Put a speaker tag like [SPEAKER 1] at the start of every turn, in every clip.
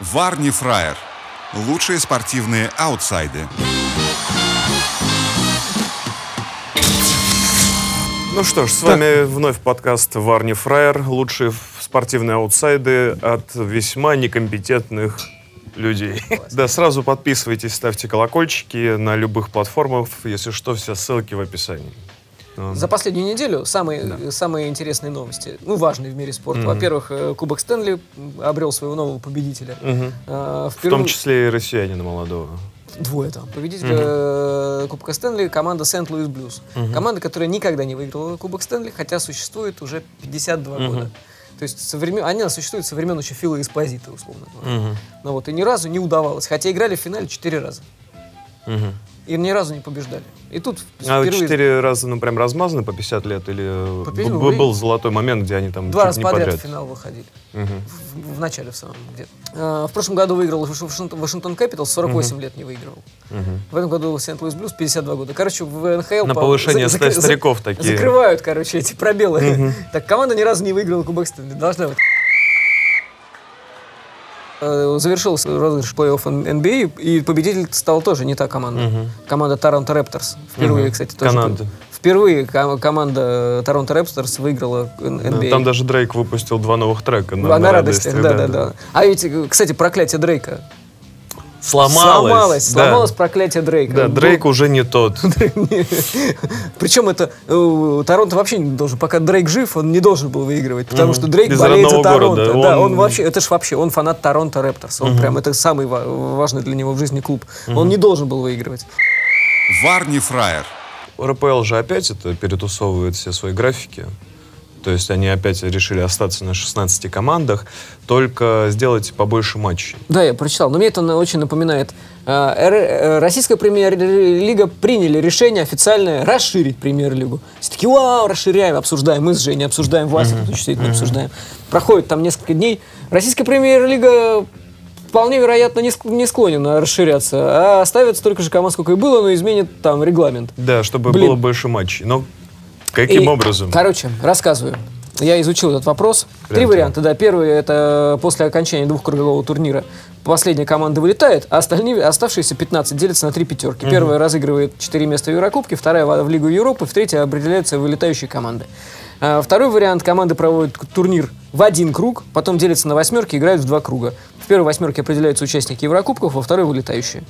[SPEAKER 1] Варни Фраер. Лучшие спортивные аутсайды.
[SPEAKER 2] Ну что ж, с вами вновь подкаст Варни Фраер. Лучшие в- спортивные аутсайды от весьма некомпетентных людей. Да, сразу подписывайтесь, ставьте колокольчики на любых платформах. Если что, все ссылки в описании.
[SPEAKER 3] За последнюю неделю самые, самые интересные новости, ну, важные в мире спорта. Во-первых, э, Кубок Стэнли м, обрел своего нового победителя. Э,
[SPEAKER 2] В том
[SPEAKER 3] впервые-
[SPEAKER 2] числе и россиянина молодого.
[SPEAKER 3] Двое там. Победитель э, Кубка Стэнли команда Сент-Луис Блюз. Команда, которая никогда не выиграла Кубок Стэнли, хотя существует уже 52 года. То есть со времен, она существует со времен еще Фила Эспозита, условно говоря. Ну вот, и ни разу не удавалось. Хотя играли в финале четыре раза. И ни разу не побеждали. И тут
[SPEAKER 2] А
[SPEAKER 3] впервые
[SPEAKER 2] четыре раза, ну, прям размазаны по 50 лет? Или
[SPEAKER 3] По
[SPEAKER 2] б-
[SPEAKER 3] пять, ну,
[SPEAKER 2] б- был
[SPEAKER 3] вы-
[SPEAKER 2] золотой момент, где они там
[SPEAKER 3] Два
[SPEAKER 2] чуть
[SPEAKER 3] раза
[SPEAKER 2] не
[SPEAKER 3] подряд
[SPEAKER 2] подряд?
[SPEAKER 3] в финал выходили. В, в начале в самом где-то. А, В прошлом году выиграл Ваши- Вашингтон Вашингтон Кэпиталс, 48 лет не выигрывал. В этом году Сент-Луис Блюз 52 года. Короче, в НХЛ...
[SPEAKER 2] На
[SPEAKER 3] по-
[SPEAKER 2] повышение
[SPEAKER 3] зак-
[SPEAKER 2] ста-
[SPEAKER 3] зак-
[SPEAKER 2] стариков такие.
[SPEAKER 3] Закрывают, короче, эти пробелы. Так, команда ни разу не выиграла Кубок Стэнли. Должна вот... Э, Завершился розыгрыш плей-офф NBA, А, и победитель стала тоже не та команда. Команда Торонто Репторс. Впервые,
[SPEAKER 2] Мгм.
[SPEAKER 3] кстати, тоже.
[SPEAKER 2] Канада.
[SPEAKER 3] Впервые ко- команда Торонто Репторс выиграла Н- А. NBA.
[SPEAKER 2] Там даже Дрейк выпустил два новых трека.
[SPEAKER 3] Ну, а на радостях, да, да, да. А ведь, э, кстати, проклятие Дрейка.
[SPEAKER 2] Сломалось.
[SPEAKER 3] сломалось,
[SPEAKER 2] да.
[SPEAKER 3] сломалось проклятие Дрейка.
[SPEAKER 2] Да,
[SPEAKER 3] Был-
[SPEAKER 2] Дрейк уже не тот.
[SPEAKER 3] Причем это э, Торонто вообще не должен, пока Дрейк жив, он не должен был выигрывать, потому что Дрейк
[SPEAKER 2] Из
[SPEAKER 3] болеет за
[SPEAKER 2] родного
[SPEAKER 3] Торонто.
[SPEAKER 2] города.
[SPEAKER 3] Да,
[SPEAKER 2] Он-
[SPEAKER 3] он вообще, это ж вообще, он фанат Торонто Рэпторс, он прям это самый ва- важный для него в жизни клуб. Он не должен был выигрывать.
[SPEAKER 1] Варни Фраер.
[SPEAKER 2] РПЛ же опять это перетусовывает все свои графики. То есть они опять решили остаться на 16 командах, только сделать побольше матчей.
[SPEAKER 3] Да, я прочитал. Но мне это на- очень напоминает. А, Р- э, Российская премьер-лига приняли решение официальное расширить премьер-лигу. Все такие, вау, расширяем, обсуждаем. Мы с Женей обсуждаем, Вася тут действительно обсуждаем. Проходит там несколько дней. Российская премьер-лига вполне вероятно не, ск- не склонена расширяться, а оставит столько же команд, сколько и было, но изменит там регламент.
[SPEAKER 2] Да, чтобы
[SPEAKER 3] Блин.
[SPEAKER 2] было больше матчей. Но каким
[SPEAKER 3] И,
[SPEAKER 2] образом?
[SPEAKER 3] Короче, рассказываю. Я изучил этот вопрос. Три
[SPEAKER 2] Прям-прям.
[SPEAKER 3] варианта, да. Первый это после окончания двухкругового турнира последняя команда вылетает, а остальные, оставшиеся 15 делятся на три пятерки. Первая разыгрывает 4 места в Еврокубке, вторая в в Лигу Европы, в третьей определяются вылетающие команды. А, Второй вариант. Команды проводят к- турнир в один круг, потом делятся на восьмерки, играют в два круга. В первой восьмерке определяются участники Еврокубков, во второй вылетающие.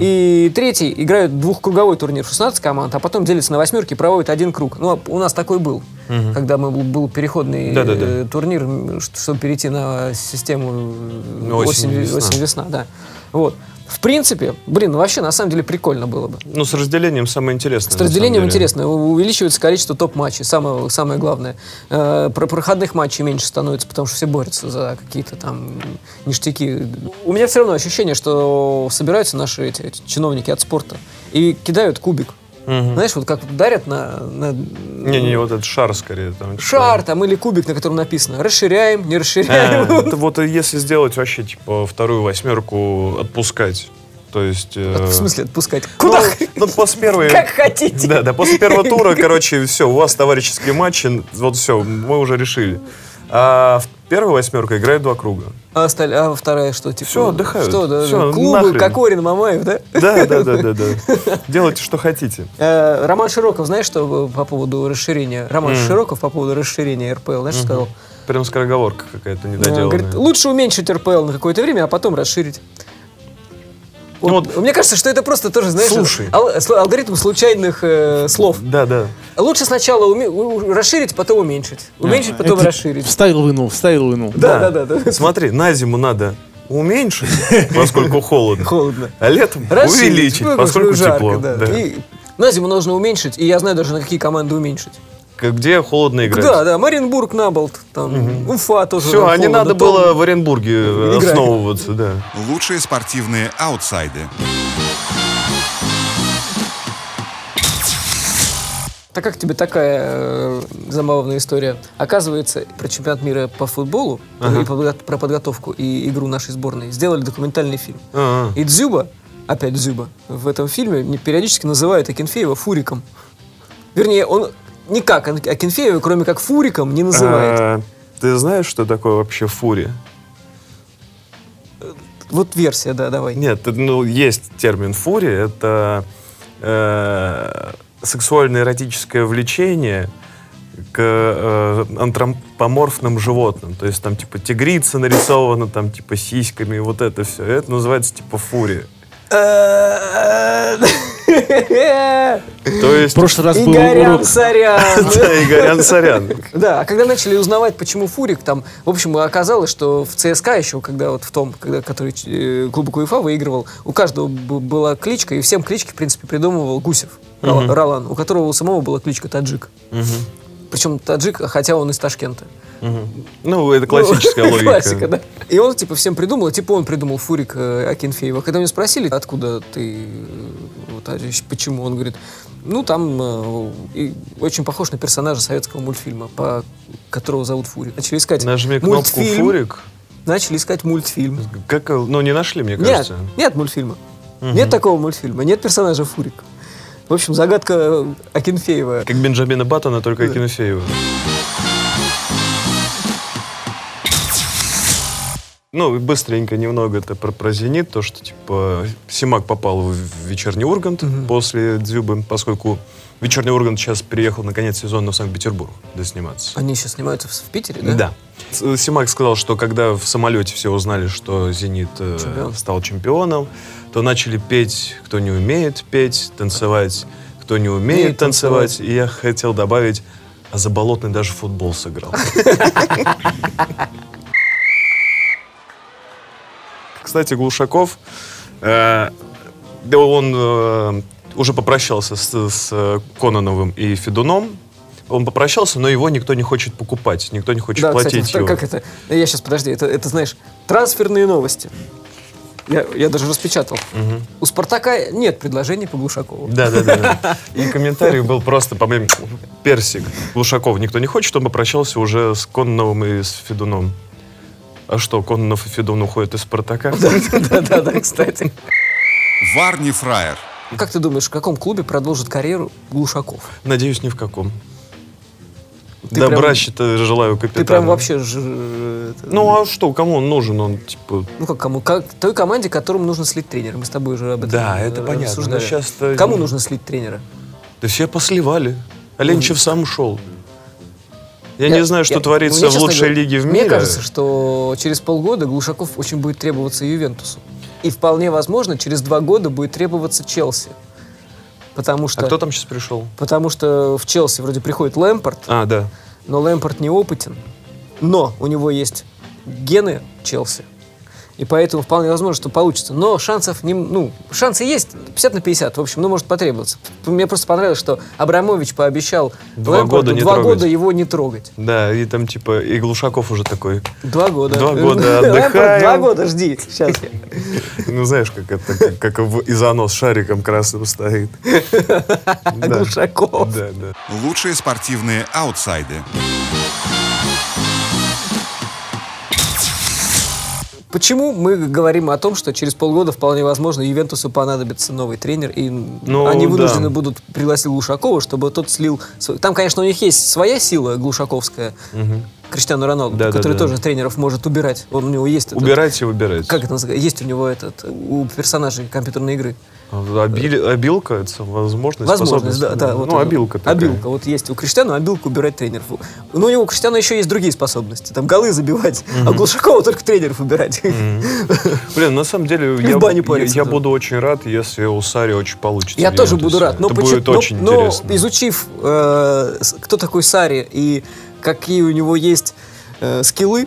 [SPEAKER 3] И третий играют двухкруговой турнир в 16 команд, а потом делятся на восьмерки и проводят один круг. Ну, а у нас такой был, когда мы, был- был переходный
[SPEAKER 2] Да-да-да.
[SPEAKER 3] э, турнир, м, ш- чтобы перейти на систему э,
[SPEAKER 2] Ну, осень,
[SPEAKER 3] осень-
[SPEAKER 2] весна.
[SPEAKER 3] осень-весна. да. Вот. В принципе, блин, ну, вообще на самом деле прикольно было бы.
[SPEAKER 2] Ну, с разделением самое интересное.
[SPEAKER 3] С
[SPEAKER 2] на самом
[SPEAKER 3] разделением
[SPEAKER 2] деле.
[SPEAKER 3] интересно. У- Увеличивается количество топ-матчей, самое, самое главное. Э, Про проходных матчей меньше становится, потому что все борются за какие-то там ништяки. У меня все равно ощущение, что собираются наши эти, эти чиновники от спорта и кидают кубик. Знаешь, вот как дарят на, на
[SPEAKER 2] Не-не, вот этот шар скорее. Там, типа,
[SPEAKER 3] шар там или кубик, на котором написано «расширяем», «не
[SPEAKER 2] Э,
[SPEAKER 3] расширяем».
[SPEAKER 2] это вот если сделать вообще, типа, вторую восьмерку отпускать. То есть... э,
[SPEAKER 3] В смысле отпускать? Куда?
[SPEAKER 2] Ну, ну, после первой...
[SPEAKER 3] Как хотите.
[SPEAKER 2] Да, да, после первого тура, короче, все, у вас товарищеские матчи, вот все, мы уже решили. А в первую восьмерку играют два круга.
[SPEAKER 3] А, осталь- а вторая что? Типа,
[SPEAKER 2] Всё, отдыхают.
[SPEAKER 3] Что, да,
[SPEAKER 2] Всё,
[SPEAKER 3] да. клубы,
[SPEAKER 2] нахрен.
[SPEAKER 3] Кокорин, Мамаев, да?
[SPEAKER 2] Да, да, да, да, да. Делайте, что хотите.
[SPEAKER 3] Э, Роман Широков, знаешь, что э, по поводу расширения? Роман Широков по поводу расширения РПЛ, знаешь, что сказал?
[SPEAKER 2] Прям скороговорка какая-то
[SPEAKER 3] Э,
[SPEAKER 2] недоделанная.
[SPEAKER 3] Говорит, лучше уменьшить РПЛ на какое-то время, а потом расширить.
[SPEAKER 2] Ну
[SPEAKER 3] Вот,
[SPEAKER 2] вот-
[SPEAKER 3] Мне кажется, что это просто тоже, знаешь,
[SPEAKER 2] Слушай.
[SPEAKER 3] ал- сл- алгоритм случайных э, слов.
[SPEAKER 2] Да, да.
[SPEAKER 3] Лучше сначала уме- у- расширить, потом уменьшить. Уменьшить, потом
[SPEAKER 4] Это
[SPEAKER 3] расширить.
[SPEAKER 4] Вставил, вынул, вставил, вынул.
[SPEAKER 3] Да, да, да, да.
[SPEAKER 2] Смотри, на зиму надо уменьшить, поскольку холодно.
[SPEAKER 3] Холодно.
[SPEAKER 2] А летом
[SPEAKER 3] Расширить,
[SPEAKER 2] увеличить,
[SPEAKER 3] ну,
[SPEAKER 2] поскольку
[SPEAKER 3] жарко,
[SPEAKER 2] тепло.
[SPEAKER 3] да.
[SPEAKER 2] Да.
[SPEAKER 3] И на зиму нужно уменьшить, и я знаю даже, на какие команды уменьшить.
[SPEAKER 2] Как- Где холодно играть?
[SPEAKER 3] Да, да, Маринбург, Наболт, там, Уфа тоже.
[SPEAKER 2] Все,
[SPEAKER 3] там
[SPEAKER 2] а не
[SPEAKER 3] холодно,
[SPEAKER 2] надо
[SPEAKER 3] Томь.
[SPEAKER 2] было в Оренбурге э,
[SPEAKER 3] Играть.
[SPEAKER 2] основываться, да.
[SPEAKER 1] Лучшие спортивные аутсайды.
[SPEAKER 3] Так как тебе такая э, забавная история? Оказывается, про чемпионат мира по футболу и подго- про подготовку и игру нашей сборной сделали документальный фильм.
[SPEAKER 2] А, а.
[SPEAKER 3] И Дзюба, опять Дзюба, в этом фильме не- периодически называют Акинфеева фуриком. Вернее, он никак Ак- Акинфеева, кроме как фуриком,
[SPEAKER 2] Э,
[SPEAKER 3] не называет.
[SPEAKER 2] А, Ты знаешь, что такое вообще фури?
[SPEAKER 3] вот версия, да, давай.
[SPEAKER 2] Нет, это, ну, есть термин фурия. Это э, сексуально-эротическое влечение к э, антропоморфным животным. То есть там типа тигрица нарисована, там типа сиськами, и вот это все. Это называется типа фурия. То есть...
[SPEAKER 4] В прошлый раз был
[SPEAKER 3] Игорян,
[SPEAKER 4] урок.
[SPEAKER 3] сорян.
[SPEAKER 2] Да, Игорян, сорян.
[SPEAKER 3] Да, а когда начали узнавать, почему Фурик там, в общем, оказалось, что в ЦСКА еще, когда вот в том, когда, который э, клуб УЕФА выигрывал, у каждого б- была кличка, и всем клички, в принципе, придумывал Гусев, Рала- Ролан, у которого у самого была кличка Таджик. Причем Таджик, хотя он из Ташкента.
[SPEAKER 2] Мгм. Ну, это классическая
[SPEAKER 3] Ну,
[SPEAKER 2] логика.
[SPEAKER 3] Классика, да. И он, типа, всем придумал, и, типа, он придумал Фурик э, Акинфеева. Когда меня спросили, откуда ты, э, вот, а здесь почему, он говорит, ну, там э, и очень похож на персонажа советского мультфильма, по которого зовут Фурик. Начали искать
[SPEAKER 2] Нажми кнопку
[SPEAKER 3] мультфильм.
[SPEAKER 2] фурик.
[SPEAKER 3] Начали искать мультфильм.
[SPEAKER 2] Как, его- ну, не нашли, мне
[SPEAKER 3] Нет,
[SPEAKER 2] кажется.
[SPEAKER 3] нет мультфильма. Нет такого мультфильма, нет персонажа Фурик. В общем, загадка Акинфеева.
[SPEAKER 2] Как Бенджамина Баттона, только Акинфеева. Ну, и быстренько немного это про, про «Зенит», то, что, типа, Симак попал в «Вечерний Ургант» после «Дзюбы», поскольку «Вечерний Ургант» сейчас переехал на конец сезона в Санкт-Петербург досниматься.
[SPEAKER 3] Они сейчас снимаются в- в Питере, да?
[SPEAKER 2] Да. С- э, Симак сказал, что когда в самолете все узнали, что «Зенит» э,
[SPEAKER 3] Чемпион.
[SPEAKER 2] стал чемпионом, то начали петь, кто не умеет петь, танцевать, кто не умеет
[SPEAKER 3] Умеет танцевать.
[SPEAKER 2] танцевать. И я хотел добавить, а Заболотный даже футбол сыграл. Кстати, Глушаков, э, да он э, уже попрощался с, с Кононовым и Федуном. Он попрощался, но его никто не хочет покупать, никто не хочет
[SPEAKER 3] Да,
[SPEAKER 2] платить
[SPEAKER 3] кстати,
[SPEAKER 2] его.
[SPEAKER 3] как это? Ну, Я сейчас, подожди, это, это знаешь, трансферные новости. Я, я даже распечатал. У Спартака нет предложений по Глушакову.
[SPEAKER 2] Да, да, да. И Ну, комментарий был просто, по-моему, персик. Глушаков никто не хочет, он попрощался уже с Конновым и с Федуном. А что, Коннов и Федун уходят из «Спартака»?
[SPEAKER 3] Да-да-да, кстати.
[SPEAKER 1] Варни Фраер.
[SPEAKER 3] Как ты думаешь, в каком клубе продолжит карьеру Глушаков?
[SPEAKER 2] Надеюсь, ни в каком.
[SPEAKER 3] Ты
[SPEAKER 2] Добра,
[SPEAKER 3] прям-
[SPEAKER 2] считаю, желаю
[SPEAKER 3] Ты
[SPEAKER 2] капитану.
[SPEAKER 3] прям вообще... ж- э, это-
[SPEAKER 2] Ну а что, кому он нужен? Он типа
[SPEAKER 3] Ну как кому? Как той команде, которому нужно слить тренера. Мы с тобой уже об этом
[SPEAKER 2] Да,
[SPEAKER 3] э,
[SPEAKER 2] это понятно.
[SPEAKER 3] рассуждали.
[SPEAKER 2] Но щас-то-
[SPEAKER 3] Кому нужно слить тренера?
[SPEAKER 2] Да все посливали. Оленчев сам ушел. Я, не знаю, что
[SPEAKER 3] я-
[SPEAKER 2] творится
[SPEAKER 3] мне,
[SPEAKER 2] в
[SPEAKER 3] честно
[SPEAKER 2] лучшей
[SPEAKER 3] говоря,
[SPEAKER 2] лиге в мире.
[SPEAKER 3] Мне кажется, что через полгода Глушаков очень будет требоваться Ювентусу. И вполне возможно, через два года будет требоваться Челси. Потому
[SPEAKER 2] а
[SPEAKER 3] что,
[SPEAKER 2] кто там сейчас пришел?
[SPEAKER 3] потому что в Челси вроде приходит Лэмпорт,
[SPEAKER 2] А, да.
[SPEAKER 3] но Лэмпорт неопытен. Но у него есть гены Челси. И поэтому вполне возможно, что получится. Но шансов не... Ну, шансы есть 50 на 50, в общем, но может потребоваться. Мне просто понравилось, что Абрамович пообещал
[SPEAKER 2] Два
[SPEAKER 3] Лэмпарту
[SPEAKER 2] года не
[SPEAKER 3] два
[SPEAKER 2] трогать.
[SPEAKER 3] года его не трогать.
[SPEAKER 2] Да, и там типа и Глушаков уже такой.
[SPEAKER 3] Два года.
[SPEAKER 2] Два года
[SPEAKER 3] Лэмпорт,
[SPEAKER 2] отдыхаем.
[SPEAKER 3] Два года жди. Сейчас.
[SPEAKER 2] Ну знаешь, как это, как, как в- и занос шариком красным стоит. Да.
[SPEAKER 3] Глушаков.
[SPEAKER 2] Да, да.
[SPEAKER 1] Лучшие спортивные аутсайды.
[SPEAKER 3] Почему мы говорим о том, что через полгода вполне возможно Ювентусу понадобится новый тренер, и
[SPEAKER 2] Ну,
[SPEAKER 3] они вынуждены
[SPEAKER 2] да.
[SPEAKER 3] будут пригласить Глушакова, чтобы тот слил... св- Там, конечно, у них есть своя сила глушаковская, Криштиану Роналду,
[SPEAKER 2] Да, да,
[SPEAKER 3] который
[SPEAKER 2] да.
[SPEAKER 3] тоже тренеров может убирать. Он у него есть... этот-
[SPEAKER 2] Убирайте, убирайте.
[SPEAKER 3] Как это называется? Есть у него этот... У персонажей компьютерной игры.
[SPEAKER 2] А, Обили- обилка это возможность.
[SPEAKER 3] Возможность, да,
[SPEAKER 2] способность,
[SPEAKER 3] да. вот
[SPEAKER 2] ну,
[SPEAKER 3] оно.
[SPEAKER 2] обилка такая.
[SPEAKER 3] Обилка. Вот есть у Криштиана обилка убирать тренеров. Но у него у Криштиана еще есть другие способности. Там голы забивать, а у Глушакова только тренеров убирать.
[SPEAKER 2] Блин, на самом деле,
[SPEAKER 3] в
[SPEAKER 2] я,
[SPEAKER 3] баню
[SPEAKER 2] я-
[SPEAKER 3] париться,
[SPEAKER 2] я
[SPEAKER 3] да.
[SPEAKER 2] буду очень рад, если у Сари очень получится.
[SPEAKER 3] Я
[SPEAKER 2] в
[SPEAKER 3] тоже
[SPEAKER 2] Ювентусе.
[SPEAKER 3] буду рад. Но,
[SPEAKER 2] Это
[SPEAKER 3] почи-
[SPEAKER 2] будет
[SPEAKER 3] но-
[SPEAKER 2] очень
[SPEAKER 3] но
[SPEAKER 2] интересно.
[SPEAKER 3] изучив, э, с- кто такой Сари и какие у него есть э, скиллы,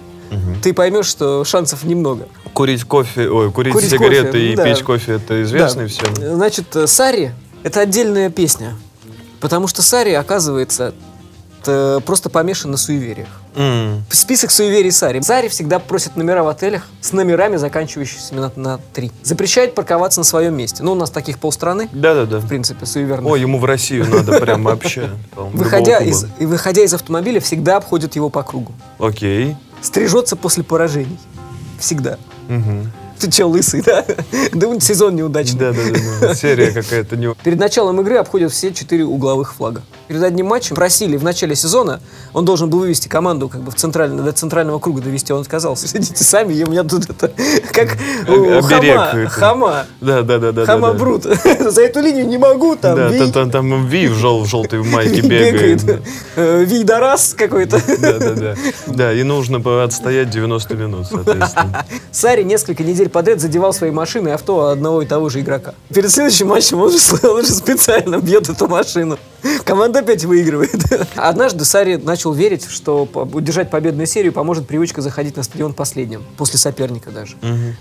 [SPEAKER 3] ты поймешь, что шансов немного.
[SPEAKER 2] Курить кофе, ой, курить,
[SPEAKER 3] Курить
[SPEAKER 2] сигареты
[SPEAKER 3] кофе,
[SPEAKER 2] и
[SPEAKER 3] да.
[SPEAKER 2] пить кофе это известно
[SPEAKER 3] Да.
[SPEAKER 2] всем.
[SPEAKER 3] Значит, э, Сари — это отдельная песня. Потому что Сари, оказывается, т- просто помешан на суевериях.
[SPEAKER 2] М.
[SPEAKER 3] Список суеверий Сари. Сари всегда просит номера в отелях с номерами, заканчивающимися на, на 3. Запрещает парковаться на своем месте. Ну, у нас таких полстраны,
[SPEAKER 2] Да-да-да.
[SPEAKER 3] в принципе, суеверных.
[SPEAKER 2] Ой, ему в Россию надо прям вообще. там,
[SPEAKER 3] Выходя
[SPEAKER 2] любого
[SPEAKER 3] из,
[SPEAKER 2] клуба.
[SPEAKER 3] и выходя из автомобиля, всегда обходит его по кругу.
[SPEAKER 2] Окей.
[SPEAKER 3] Стрижется после поражений. Всегда.
[SPEAKER 2] Мгм.
[SPEAKER 3] Ты че, лысый, да? Да он сезон неудачный.
[SPEAKER 2] Да-да-да. да. Серия какая-то не...
[SPEAKER 3] Перед началом игры обходит все четыре угловых флага. перед одним матчем просили в начале сезона, он должен был вывести команду как бы в центральный, до центрального круга довести, а он отказался. Сидите сами, и у меня тут это как у
[SPEAKER 2] Оберег
[SPEAKER 3] хама,
[SPEAKER 2] это.
[SPEAKER 3] хама,
[SPEAKER 2] Да, да, да, да.
[SPEAKER 3] хама
[SPEAKER 2] да, да.
[SPEAKER 3] Брут. За эту линию не могу, там,
[SPEAKER 2] Да,
[SPEAKER 3] Вий-
[SPEAKER 2] та- та- там Ви в, жел- в желтой майке
[SPEAKER 3] Вий
[SPEAKER 2] бегает.
[SPEAKER 3] бегает. Э, Вийдарас какой-то.
[SPEAKER 2] Да, да, да. Да, и нужно бы отстоять 90 минут, соответственно.
[SPEAKER 3] Сари несколько недель подряд задевал свои машины и авто одного и того же игрока. Перед следующим матчем он же, с- он же специально бьет эту машину. Команда опять выигрывает. Однажды Сари начал верить, что по- удержать победную серию поможет привычка заходить на стадион последним, после соперника даже.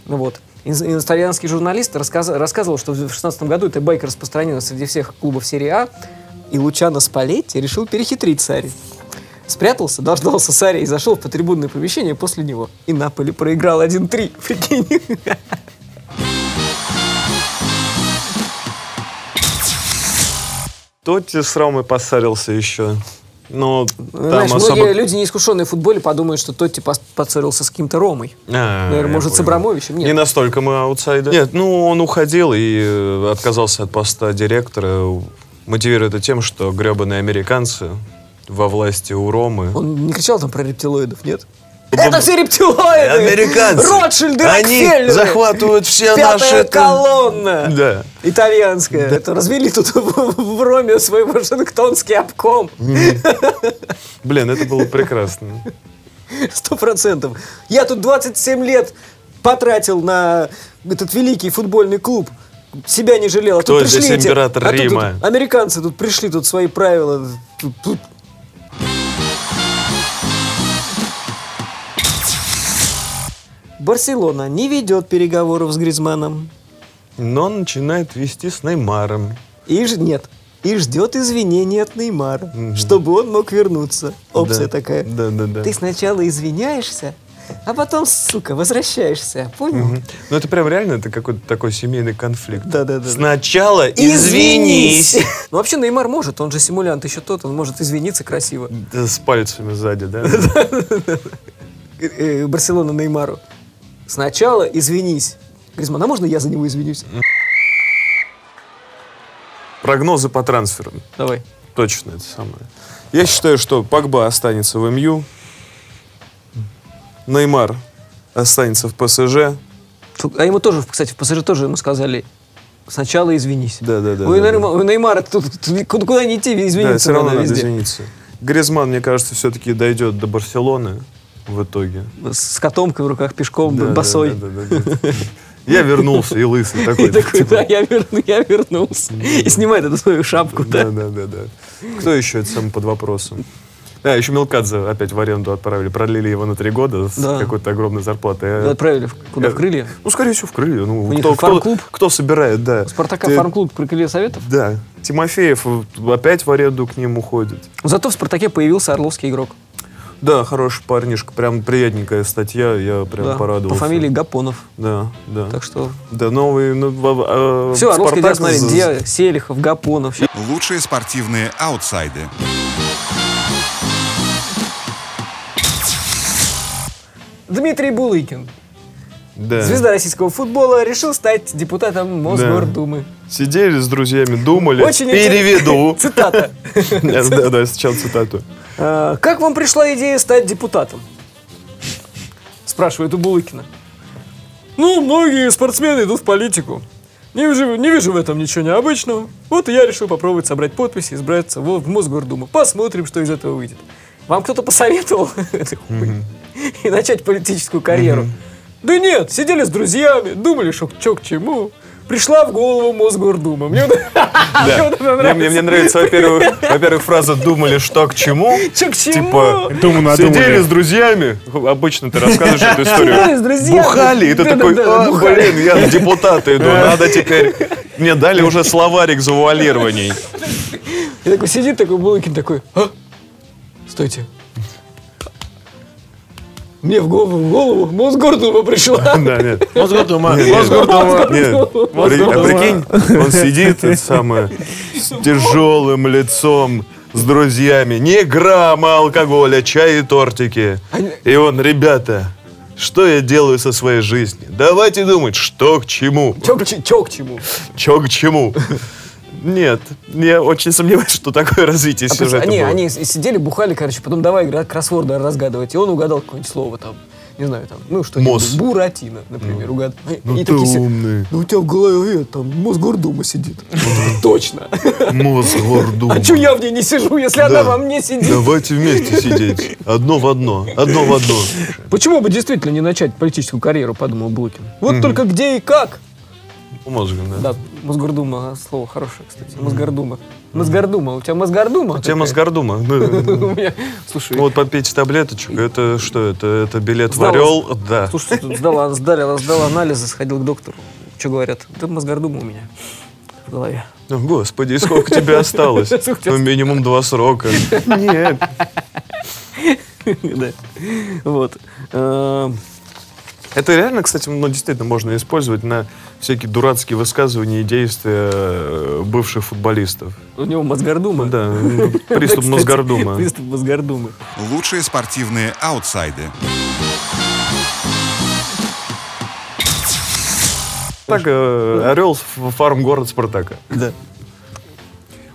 [SPEAKER 3] Ну вот. Инс- Итальянский журналист рассказ- рассказывал, что в 2016 году эта байка распространилась среди всех клубов серии А, и Лучано Спалетти решил перехитрить Сари. Спрятался, дождался Сари и зашел в трибунное помещение после него. И Наполи проиграл 1-3. Прикинь.
[SPEAKER 2] Тотти с Ромой посарился еще. Но там
[SPEAKER 3] Знаешь,
[SPEAKER 2] особо...
[SPEAKER 3] многие люди, неискушенные в футболе, подумают, что Тотти пос- поссорился с каким-то Ромой.
[SPEAKER 2] А,
[SPEAKER 3] Наверное,
[SPEAKER 2] я
[SPEAKER 3] может, с
[SPEAKER 2] понял.
[SPEAKER 3] Абрамовичем?
[SPEAKER 2] Не
[SPEAKER 3] Нет.
[SPEAKER 2] настолько мы аутсайдеры. Нет, ну он уходил и э, отказался от поста директора, мотивируя это тем, что гребаные американцы во власти у Ромы.
[SPEAKER 3] Он не кричал там про рептилоидов, нет? Это все рептилоиды!
[SPEAKER 2] Американцы!
[SPEAKER 3] Ротшильды,
[SPEAKER 2] Они
[SPEAKER 3] Рокфеллеры!
[SPEAKER 2] захватывают все
[SPEAKER 3] Пятая
[SPEAKER 2] наши... это-
[SPEAKER 3] колонна!
[SPEAKER 2] Да.
[SPEAKER 3] Итальянская. Это развели тут в в Роме свой вашингтонский обком.
[SPEAKER 2] Блин, это было прекрасно.
[SPEAKER 3] Сто процентов. Я тут 27 лет потратил на этот великий футбольный клуб. Себя не жалел. А
[SPEAKER 2] Кто
[SPEAKER 3] тут пришли
[SPEAKER 2] здесь
[SPEAKER 3] эти-
[SPEAKER 2] император
[SPEAKER 3] а тут-
[SPEAKER 2] Рима?
[SPEAKER 3] тут американцы тут пришли, тут свои правила. Тут- тут- Барселона не ведет переговоров с Гризманом.
[SPEAKER 2] Но он начинает вести с Неймаром.
[SPEAKER 3] И ж... нет. И ждет извинений от Неймара, чтобы он мог вернуться. Опция
[SPEAKER 2] Да.
[SPEAKER 3] такая.
[SPEAKER 2] Да, да, да.
[SPEAKER 3] Ты сначала извиняешься, а потом, сука, возвращаешься. Понял?
[SPEAKER 2] Ну это прям реально, это какой-то такой семейный конфликт.
[SPEAKER 3] Да-да-да.
[SPEAKER 2] Сначала
[SPEAKER 3] Извинись!
[SPEAKER 2] извинись!
[SPEAKER 3] Ну, вообще, Неймар может, он же симулянт еще тот, он может извиниться красиво.
[SPEAKER 2] Да, с пальцами сзади, да?
[SPEAKER 3] Э, э, Барселона Неймару. Сначала извинись. Гризман, а можно я за него извинюсь?
[SPEAKER 2] Прогнозы по трансферам.
[SPEAKER 3] Давай.
[SPEAKER 2] Точно это самое. Я считаю, что Пагба останется в МЮ, Неймар останется в ПСЖ.
[SPEAKER 3] Фу, А ему тоже, кстати, в пассажир тоже ему сказали, сначала извинись.
[SPEAKER 2] Да-да-да.
[SPEAKER 3] У, Нейма- у Неймара тут, тут куда, куда не идти,
[SPEAKER 2] Да,
[SPEAKER 3] извиниться
[SPEAKER 2] все равно надо
[SPEAKER 3] везде.
[SPEAKER 2] извиниться. Гризман, мне кажется, все-таки дойдет до Барселоны в итоге.
[SPEAKER 3] С котомкой в руках, пешком,
[SPEAKER 2] Да, да,
[SPEAKER 3] босой.
[SPEAKER 2] да, да, да, да. Я вернулся и лысый такой.
[SPEAKER 3] И такой,
[SPEAKER 2] типа,
[SPEAKER 3] да, я, верну, я вернулся. И снимает эту свою шапку, да.
[SPEAKER 2] Да, да, да, да. Кто еще это сам под вопросом? Да, еще Мелкадзе опять в аренду отправили. Продлили его на три года с
[SPEAKER 3] Да.
[SPEAKER 2] какой-то огромной зарплатой.
[SPEAKER 3] Вы Отправили в- куда? В
[SPEAKER 2] Э,
[SPEAKER 3] крылья?
[SPEAKER 2] Ну, скорее всего, в крылья. Ну,
[SPEAKER 3] них
[SPEAKER 2] кто, кто,
[SPEAKER 3] фарм-клуб?
[SPEAKER 2] кто собирает, да.
[SPEAKER 3] У Спартака
[SPEAKER 2] Ты-
[SPEAKER 3] фарм-клуб при крылья советов?
[SPEAKER 2] Да. Тимофеев вот опять в аренду к ним уходит.
[SPEAKER 3] Зато в Спартаке появился орловский игрок.
[SPEAKER 2] Да, хороший парнишка. Прям приятненькая статья. Я прям
[SPEAKER 3] Да,
[SPEAKER 2] порадовался.
[SPEAKER 3] По фамилии Гапонов.
[SPEAKER 2] Да, да.
[SPEAKER 3] Так что...
[SPEAKER 2] Да, новый... Ну, в- э,
[SPEAKER 3] Все, Орловский
[SPEAKER 2] Спартак
[SPEAKER 3] идет смотреть.
[SPEAKER 2] за-
[SPEAKER 3] Где Селихов, Гапонов. щас.
[SPEAKER 1] Лучшие спортивные аутсайды.
[SPEAKER 3] Дмитрий Булыкин,
[SPEAKER 2] Да.
[SPEAKER 3] звезда российского футбола, решил стать депутатом Мосгордумы.
[SPEAKER 2] Сидели с друзьями, думали.
[SPEAKER 3] Очень интерес-
[SPEAKER 2] Переведу.
[SPEAKER 3] Цитата.
[SPEAKER 2] Да, да, сначала цитату.
[SPEAKER 3] А, Как вам пришла идея стать депутатом? Спрашивает у Булыкина. Ну, многие спортсмены идут в политику. Не вижу, не вижу в этом ничего необычного. Вот и я решил попробовать собрать подписи и избраться в, в Мосгордуму. Посмотрим, что из этого выйдет. Вам кто-то посоветовал это хуй? и начать политическую карьеру? Да нет, сидели с друзьями, думали, что чё к чему. Пришла в голову Мосгордума. Мне вот- мне вот это
[SPEAKER 2] Мне, мне- мне
[SPEAKER 3] нравится.
[SPEAKER 2] нравится, во-первых, во-первых, фраза «думали, что к чему».
[SPEAKER 3] Чё к чему?
[SPEAKER 2] Типа,
[SPEAKER 4] Думу
[SPEAKER 2] сидели
[SPEAKER 4] надумали.
[SPEAKER 2] с друзьями. Обычно ты рассказываешь эту историю.
[SPEAKER 3] Сидели с друзьями.
[SPEAKER 2] Бухали. И ты
[SPEAKER 3] Да,
[SPEAKER 2] такой,
[SPEAKER 3] да, да,
[SPEAKER 2] «А,
[SPEAKER 3] бухали».
[SPEAKER 2] блин, я в депутаты иду. Надо теперь... Мне дали уже словарик завуалирований.
[SPEAKER 3] И такой сидит, такой Булыкин такой, а? Стойте. Мне в голову, в голову, Мосгордума пришла.
[SPEAKER 2] Да, нет.
[SPEAKER 3] А,
[SPEAKER 4] Мосгордума.
[SPEAKER 2] Мосгордума. Нет.
[SPEAKER 3] Мосгордума.
[SPEAKER 2] При- А прикинь, он сидит, это самое, с тяжелым лицом, с друзьями. Не грамма алкоголя, чай и тортики. И он, ребята, что я делаю со своей жизнью? Давайте думать, что к чему,
[SPEAKER 3] А Чё к чё- чё к чему?
[SPEAKER 2] чё к чему. Нет, я очень сомневаюсь, что такое развитие
[SPEAKER 3] А представь,
[SPEAKER 2] сюжета
[SPEAKER 3] они,
[SPEAKER 2] было.
[SPEAKER 3] они с- сидели, бухали, короче, потом давай игра кроссворды разгадывать. И он угадал какое-нибудь слово там, не знаю, там, ну что
[SPEAKER 2] Мос.
[SPEAKER 3] Буратино, например, угадал.
[SPEAKER 2] Ну
[SPEAKER 3] и
[SPEAKER 2] ты
[SPEAKER 3] такие си-
[SPEAKER 2] умный.
[SPEAKER 3] Ну у тебя в голове там Мосгордума сидит. Точно.
[SPEAKER 2] Мозг гордума.
[SPEAKER 3] А чё я в ней не сижу, если
[SPEAKER 2] Да.
[SPEAKER 3] она во мне сидит?
[SPEAKER 2] Давайте вместе сидеть. Одно в одно. Одно в одно.
[SPEAKER 3] Почему бы действительно не начать политическую карьеру, подумал Блукин. Вот только где и как.
[SPEAKER 2] У мозга, да.
[SPEAKER 3] Да, Мосгордума, слово хорошее, кстати. Мосгордума. Мосгордума. У тебя Мосгордума?
[SPEAKER 2] Тема мозгордума. Ну,
[SPEAKER 3] У меня, слушай,
[SPEAKER 2] Вот попейте таблеточек. Это что? Это, это билет в
[SPEAKER 3] Сдалось.
[SPEAKER 2] Орел? Да.
[SPEAKER 3] Слушай, тут сдала, сдала, сдала анализы, сходил к доктору. Что говорят? Да мозгордума у меня в голове.
[SPEAKER 2] О, Ну, Господи, и сколько тебе осталось?
[SPEAKER 3] Сколько тебе
[SPEAKER 2] Ну, минимум два срока. Нет.
[SPEAKER 3] Да. Вот. Эм,
[SPEAKER 2] Это реально, кстати, ну, действительно можно использовать на всякие дурацкие высказывания и действия э, бывших футболистов.
[SPEAKER 3] У него мозгордума.
[SPEAKER 2] Да, ну,
[SPEAKER 3] Кстати,
[SPEAKER 2] приступ мозгордума.
[SPEAKER 3] Приступ мозгордумы.
[SPEAKER 1] Лучшие спортивные аутсайды.
[SPEAKER 2] Так, э, Орел, ф- фармгород Спартака.
[SPEAKER 3] Да.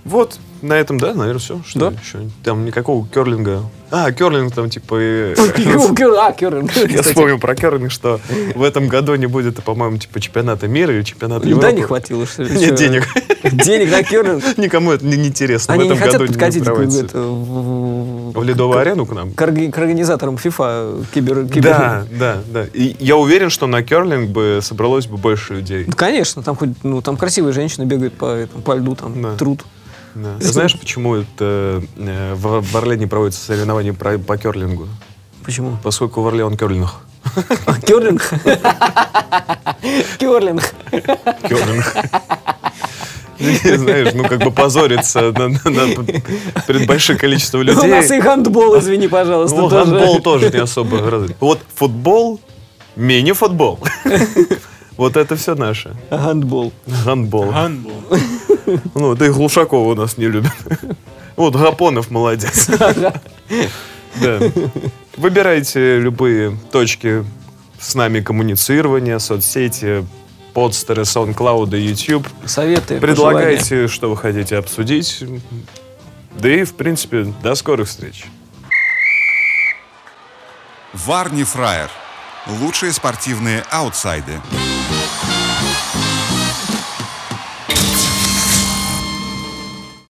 [SPEAKER 2] Вот, на этом, да, наверное, все. Что
[SPEAKER 3] Да.
[SPEAKER 2] еще? Там никакого керлинга. А, керлинг там типа... э,
[SPEAKER 3] А, Кёрен.
[SPEAKER 2] Я
[SPEAKER 3] кстати.
[SPEAKER 2] вспомнил про керлинг, что в этом году не будет, по-моему, типа чемпионата мира или чемпионата Европы.
[SPEAKER 3] Льда не хватило, что ли?
[SPEAKER 2] Нет
[SPEAKER 3] Чё?
[SPEAKER 2] денег.
[SPEAKER 3] Денег на Кёрен.
[SPEAKER 2] Никому это не не интересно. В
[SPEAKER 3] Они не
[SPEAKER 2] этом
[SPEAKER 3] хотят
[SPEAKER 2] году
[SPEAKER 3] подкатить к,
[SPEAKER 2] проводится.
[SPEAKER 3] это, в-
[SPEAKER 2] В
[SPEAKER 3] в-
[SPEAKER 2] Ледовую
[SPEAKER 3] к-
[SPEAKER 2] арену к нам?
[SPEAKER 3] к орг- к организаторам FIFA кибер... кибер-
[SPEAKER 2] Да, да, да. И я уверен, что на керлинг бы собралось бы больше людей.
[SPEAKER 3] Ну, Конечно, там хоть, ну, там красивые женщины бегают по, этому, по льду, там,
[SPEAKER 2] Да.
[SPEAKER 3] труд.
[SPEAKER 2] Да. Ты Знаешь, почему это э, в, в Орле не проводятся соревнования про- по керлингу?
[SPEAKER 3] Почему?
[SPEAKER 2] Поскольку в Орле он керлинг. А,
[SPEAKER 3] Керлинг? Керлинг.
[SPEAKER 2] Керлинг. Знаешь, ну как бы позориться на- на- на- перед большим количеством
[SPEAKER 3] Ну, У
[SPEAKER 2] людей.
[SPEAKER 3] нас и гандбол, извини, пожалуйста.
[SPEAKER 2] Ну,
[SPEAKER 3] тоже.
[SPEAKER 2] гандбол тоже не особо развит. Вот футбол, мини-футбол. Вот это все наше.
[SPEAKER 3] Гандбол.
[SPEAKER 2] Гандбол. Ну, да и Глушакова у нас не любят. Вот Гапонов молодец. Да. Выбирайте любые точки с нами коммуницирования, соцсети, подстеры, SoundCloud, YouTube.
[SPEAKER 3] Советы. пожелания.
[SPEAKER 2] Предлагайте, что вы хотите обсудить. Да и, в принципе, до скорых встреч.
[SPEAKER 1] Варни Фраер. Лучшие спортивные аутсайды.